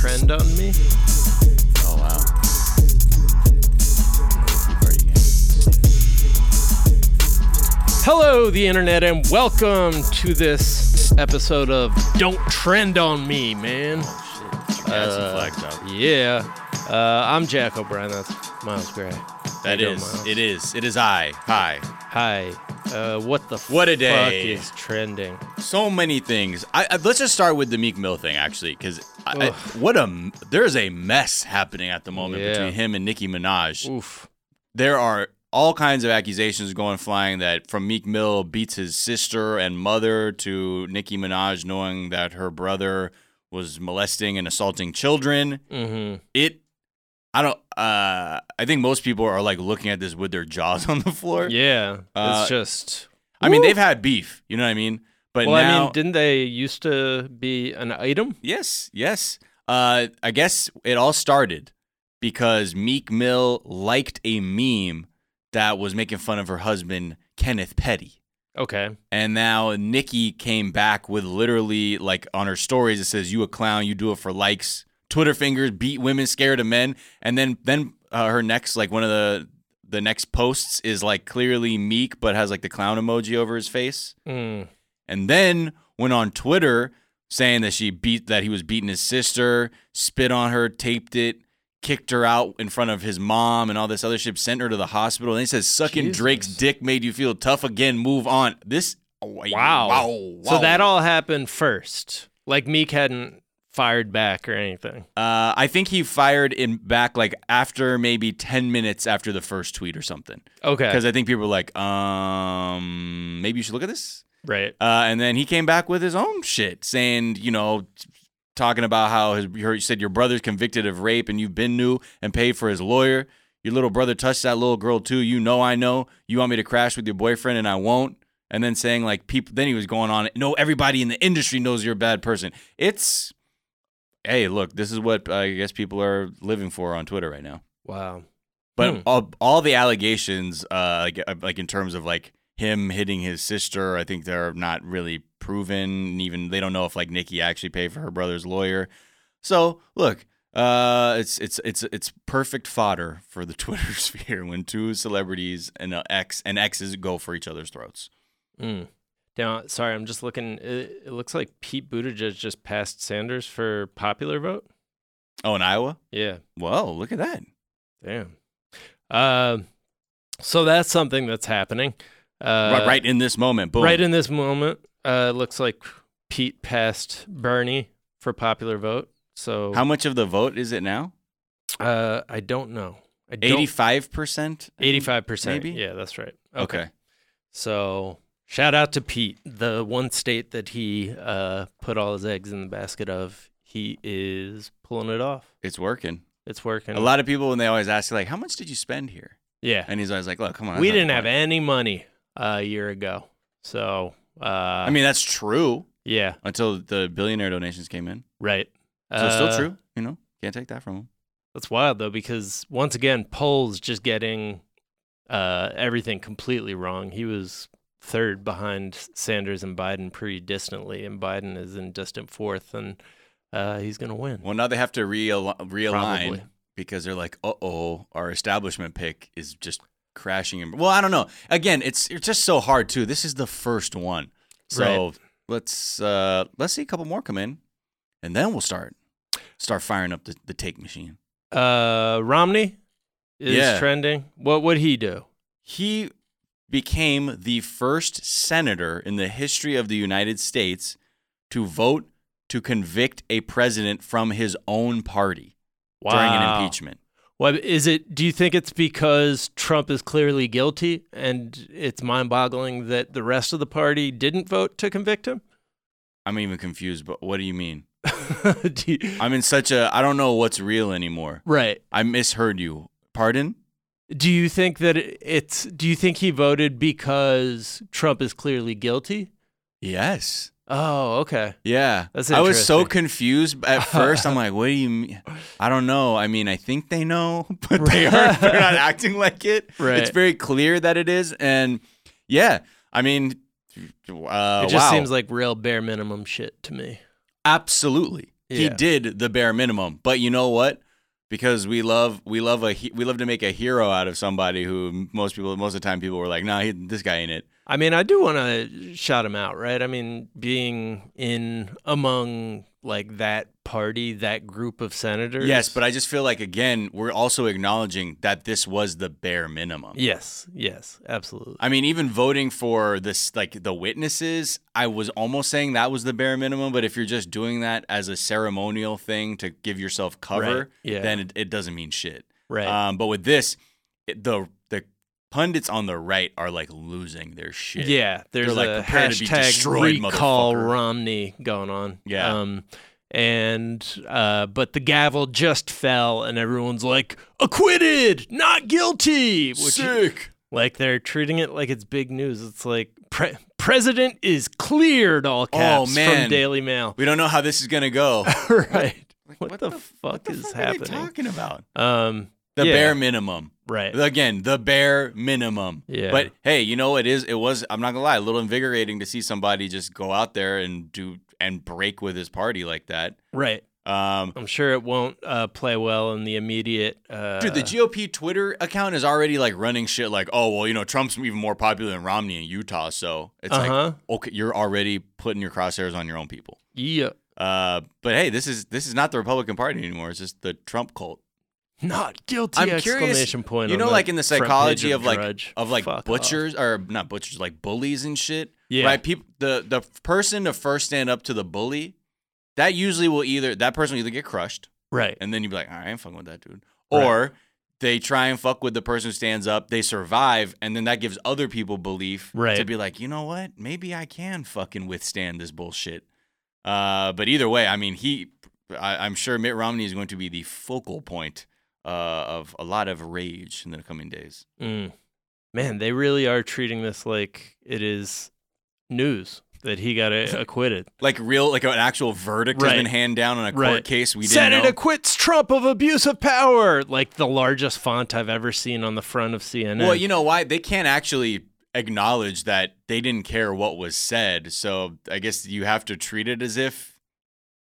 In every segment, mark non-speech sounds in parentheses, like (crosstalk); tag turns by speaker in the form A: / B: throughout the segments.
A: friend on me.
B: Oh wow. Party game.
A: Hello, the internet, and welcome to this episode of Don't Trend on Me, man.
B: Shit. Got
A: Uh,
B: some flags out.
A: Yeah. Uh, I'm Jack O'Brien. That's Miles Gray. How you
B: That
A: doing,
B: is.
A: Miles?
B: It is. It is I. Hi.
A: Hi. Uh, what the
B: What a
A: fuck
B: day.
A: is trending?
B: So many things. I, I let's just start with the Meek Mill thing actually, because I, I,
A: Ugh.
B: what a m- there's a mess happening at the moment
A: Yeah.
B: between him and Nicki Minaj.
A: Oof.
B: There are all kinds of accusations going flying that from Meek Mill beats his sister and mother to Nicki Minaj knowing that her brother was molesting and assaulting children.
A: Mm-hmm.
B: it i don't uh i think most people are like looking at this with their jaws (laughs) on the floor
A: Yeah.
B: Uh,
A: it's just.
B: i mean
A: Woo.
B: they've had beef you know what i mean but
A: Well,
B: now
A: I mean, didn't they used to be an item?
B: yes yes uh i guess it all started because meek mill liked a meme that was making fun of her husband kenneth petty
A: Okay.
B: and now nikki came back with literally like on her stories it says you a clown you do it for likes twitter fingers beat women scared of men and then then uh, her next like one of the the next posts is like clearly meek but has like the clown emoji over his face
A: Mm.
B: and then went on twitter saying that she beat that he was beating his sister spit on her taped it kicked her out in front of his mom and all this other shit sent her to the hospital and he says sucking
A: Jesus.
B: drake's dick made you feel tough again move on this oh,
A: Wow. So that all happened first. Like Meek hadn't fired back or anything.
B: Uh, I think he fired in back like after maybe ten minutes after the first tweet or something,
A: Okay.
B: because I think people were like, um, maybe you should look at this.
A: Right.
B: Uh, and then he came back with his own shit, saying, you know, talking about how his he said your brother's convicted of rape and you've been new and paid for his lawyer. Your little brother touched that little girl too. You know, I know. You want me to crash with your boyfriend and I won't. And then saying like people. Then he was going on. No, everybody in the industry knows you're a bad person. It's hey, look, this is what I guess people are living for on Twitter right now.
A: Wow.
B: But
A: Hmm.
B: all, all the allegations, uh, like, like in terms of like him hitting his sister, I think they're not really proven. and Even they don't know if like Nikki actually paid for her brother's lawyer. So look, uh, it's it's it's it's perfect fodder for the (laughs) Twitter sphere when two celebrities and uh, ex and exes go for each other's throats.
A: Mm. Now, sorry, I'm just looking. It, it looks like Pete Buttigieg just passed Sanders for popular vote.
B: Oh, in Iowa?
A: Yeah.
B: Whoa, look at that!
A: Damn. Uh, so that's something that's happening. Uh,
B: right, right in this moment, boom.
A: Right in this moment, uh, it looks like Pete passed Bernie for popular vote. So
B: How much of the vote is it now?
A: uh, I don't know. I don't-
B: Eighty-five percent.
A: 85%.
B: maybe?
A: Yeah, that's right.
B: Okay.
A: So shout out to Pete, the one state that he uh, put all his eggs in the basket of. He is pulling it off.
B: it's working.
A: It's working.
B: A lot of people when they always ask like, "How much did you spend here?"
A: Yeah.
B: And he's always like, "Look, come on." that's
A: We
B: not
A: didn't
B: the
A: have
B: point."
A: any money uh, a year ago. So, uh,
B: I mean, that's true
A: yeah,
B: until the billionaire donations came in.
A: right.
B: So it's still
A: Uh,
B: true, you know. Can't take that from him.
A: That's wild, though, because once again, polls just getting uh, everything completely wrong. He was third behind Sanders and Biden pretty distantly, and Biden is in distant fourth, and uh, he's going to win.
B: Well, now they have to real- realign
A: Probably.
B: because they're like, "Uh oh, our establishment pick is just crashing." In- well, I don't know. Again, it's it's just so hard too. This is the first one, so let's uh let's see a couple more come in, and then we'll start start firing up the, the take machine.
A: Uh, Romney is
B: Yeah.
A: trending. What would he do?
B: he became the first senator in the history of the United States to vote to convict a president from his own party during an
A: Wow.
B: impeachment.
A: What is it? Do you think it's because Trump is clearly guilty, and it's mind-boggling that the rest of the party didn't vote to convict him? (laughs)
B: I'm even confused, but what do you mean?
A: Do you-
B: I'm in such a I don't know what's real anymore.
A: right.
B: I misheard you. Pardon?
A: Do you think that it- it's? Do you think he voted because Trump is clearly guilty?
B: Yes.
A: Oh, okay.
B: Yeah.
A: That's
B: I was so
A: interesting.
B: confused at first. I'm like, what do you mean? I don't know. I mean, I think they know, (laughs) but they are they're
A: (laughs)
B: not acting like it. It's
A: Right.
B: very clear that it is. And yeah, I mean, uh,
A: it just
B: Oh, wow.
A: seems like real bare minimum shit to me.
B: absolutely. He
A: Yeah.
B: did the bare minimum. But you know what? Because we love we love a he- we love to make a hero out of somebody who most people most of the time people were like, "Nah, he, this guy ain't it."
A: I mean, I do want to shout him out, right? I mean, being in among like that party, that group of senators.
B: Yes, but I just feel like again, we're also acknowledging that this was the bare minimum.
A: yes, yes, absolutely.
B: I mean, even voting for this, like the witnesses, I was almost saying that was the bare minimum. But if you're just doing that as a ceremonial thing to give yourself cover,
A: Right, yeah.
B: then it, it doesn't mean shit.
A: Right.
B: Um, but with this, it, the the pundits on the right are like losing their shit.
A: Yeah, there's
B: like,
A: a
B: "Prepare to be destroyed,
A: hashtag recall
B: motherfucker."
A: Romney going on.
B: Yeah.
A: Um, and uh, but the gavel just fell, and everyone's like, "Acquitted, not guilty." Which,
B: sick.
A: Like they're treating it like it's big news. It's like pre- president is cleared all caps
B: Oh, man.
A: from Daily Mail.
B: (laughs) We don't know how this is
A: (laughs)
B: gonna go.
A: right.
B: Like,
A: What, the,
B: f-
A: fuck
B: the
A: is
B: fuck are they
A: happening?
B: talking about?
A: um.
B: The
A: yeah,
B: bare minimum.
A: Right.
B: Again, the bare minimum.
A: Yeah.
B: But hey, you know it is. It was. I'm not gonna lie. A little invigorating to see somebody just go out there and do and break with his party like that.
A: right.
B: Um,
A: I'm sure it won't uh, play well in the immediate. Uh,
B: dude, the GOP Twitter account is already like running shit like, oh well, you know, Trump's even more popular than Romney in Utah, so it's
A: Uh huh.
B: like, okay, you're already putting your crosshairs on your own people.
A: yeah.
B: Uh, but hey, this is this is not the Republican Party anymore. It's just the Trump cult.
A: Not guilty!
B: I'm curious,
A: exclamation point.
B: you
A: on
B: know,
A: the
B: like, in the
A: front page
B: psychology of, like-
A: Drudge.
B: Of like
A: Fuck off.
B: butchers or not butchers, like bullies and shit.
A: Yeah.
B: Right. People, the the person to first stand up to the bully, that usually will either that person will either get crushed,
A: Right.
B: and then you'd be like, "All right, I ain't fucking with that dude,
A: Right.
B: or they try and fuck with the person who stands up, they survive, and then that gives other people belief to
A: Right.
B: be like, you know what, maybe I can fucking withstand this bullshit. Uh, but either way, I mean, he, I, I'm sure Mitt Romney is going to be the focal point uh, of a lot of rage in the coming days.
A: Mm. Man, they really are treating this like it is news that he got
B: (laughs)
A: a- acquitted.
B: Like real, like an actual verdict has
A: Right.
B: been handed down on a court
A: Right.
B: case. We didn't
A: Senate
B: know.
A: acquits Trump of abuse of power. Like the largest font I've ever seen on the front of CNN.
B: Well, you know why they can't actually acknowledge that they didn't care what was said. So I guess you have to treat it as if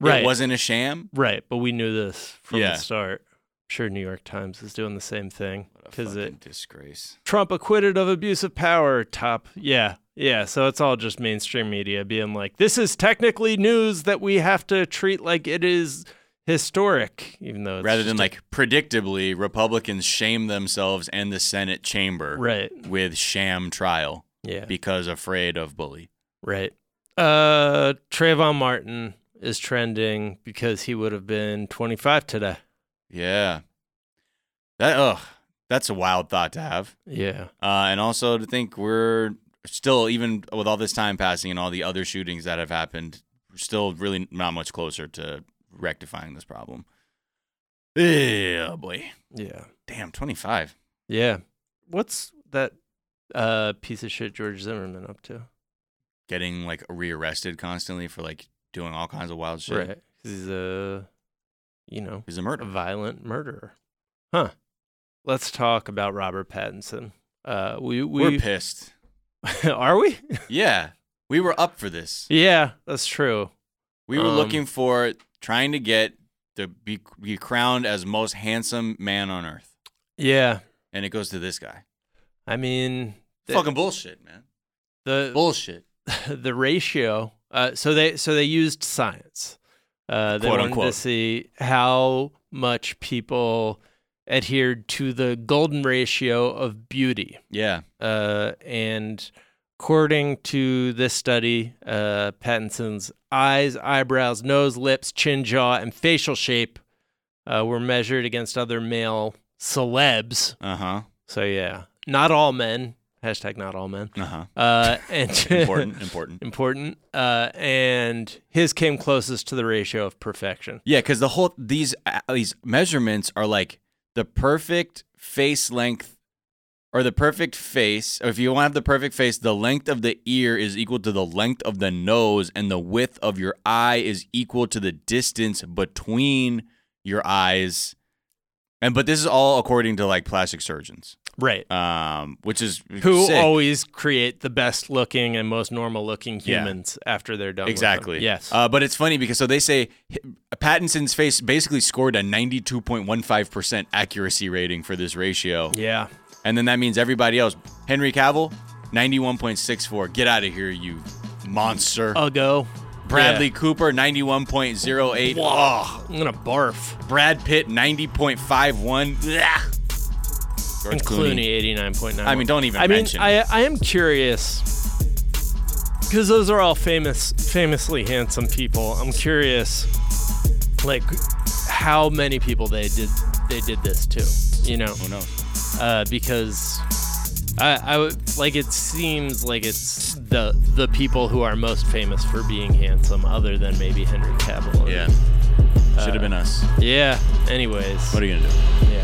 A: right.
B: it wasn't a sham.
A: Right, but we knew this from
B: Yeah.
A: the start. I'm sure New York Times is doing the same thing because it
B: Fucking disgrace.
A: Trump acquitted of abuse of power. Top, yeah, yeah. So it's all just mainstream media being like, this is technically news that we have to treat like it is historic, even though it's
B: Rather
A: just
B: than
A: a-
B: like predictably, Republicans shame themselves and the Senate chamber
A: right,
B: with sham trial
A: yeah,
B: because afraid of bully.
A: right. Uh, Trayvon Martin is trending because he would have been 25 today.
B: Yeah. That ugh, that's a wild thought to have.
A: Yeah,
B: Uh, and also to think we're still, even with all this time passing and all the other shootings that have happened, we're still really not much closer to rectifying this problem. Yeah, boy.
A: yeah,
B: Damn, 25.
A: yeah. What's that uh piece of shit George Zimmerman up to?
B: Getting like rearrested constantly for like doing all kinds of wild shit.
A: Right. 'Cause he's a, you know,
B: He's a
A: a
B: murderer.
A: violent murderer. Huh. Let's talk about Robert Pattinson. Uh, we
B: We, are
A: we
B: pissed.
A: (laughs) are we?
B: Yeah. We were up for this.
A: yeah, that's true.
B: We were
A: Um,
B: looking for trying to get to be, be crowned as most handsome man on earth.
A: Yeah,
B: And it goes to this guy.
A: I mean, the-
B: Fucking bullshit, man.
A: the
B: Bullshit.
A: (laughs) the ratio. Uh, so they so they used science. Uh, they
B: Quote,
A: wanted to
B: unquote.
A: see how much people adhered to the golden ratio of beauty.
B: Yeah.
A: Uh, and according to this study, uh, Pattinson's eyes, eyebrows, nose, lips, chin, jaw, and facial shape uh, were measured against other male celebs.
B: Uh huh.
A: So yeah, not all men. Hashtag not all men.
B: Uh huh.
A: Uh, (laughs) and
B: Important.
A: (laughs)
B: important.
A: important. Uh, and his came closest to the ratio of perfection.
B: Yeah, because the whole these uh, these measurements are like the perfect face length, or the perfect face. Or if you want to have the perfect face, the length of the ear is equal to the length of the nose, and the width of your eye is equal to the distance between your eyes. And but this is all according to like plastic surgeons.
A: Right.
B: um, which is
A: Uh, Who
B: sick.
A: always create the best looking and most normal looking
B: Yeah.
A: humans after they're done. with them.
B: Exactly.
A: Yes.
B: Uh, but it's funny because so they say hi- Pattinson's face basically scored a 92.15% accuracy rating for this ratio.
A: yeah.
B: And then that means everybody else. Henry Cavill, 91.64. Get out of here, you monster.
A: I'll go.
B: Bradley Cooper, 91.08.
A: Wow. I'm gonna barf.
B: Oh, Brad Pitt, 90.51. Blech. George
A: And Clooney, eighty nine point nine.
B: I mean, don't even
A: I mean,
B: mention.
A: I I am curious because those are all famous, famously handsome people. I'm curious, like how many people they did they did this to, you know?
B: Who knows?
A: Uh, because I I would like it seems like it's the the people who are most famous for being handsome, other than maybe Henry Cavill. and-
B: Yeah. Should have been
A: Uh,
B: us.
A: Yeah. Anyways.
B: What are you going to do?
A: Yeah.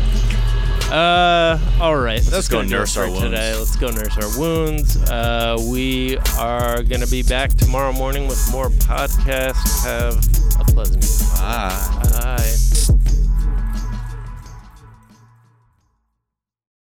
A: Uh, all right. Let's,
B: go
A: gonna do it
B: nurse our
A: for
B: wounds.
A: today. Let's go nurse our wounds. Uh, we are gonna be back tomorrow morning with more podcasts. Have a pleasant
B: Ah.
A: night.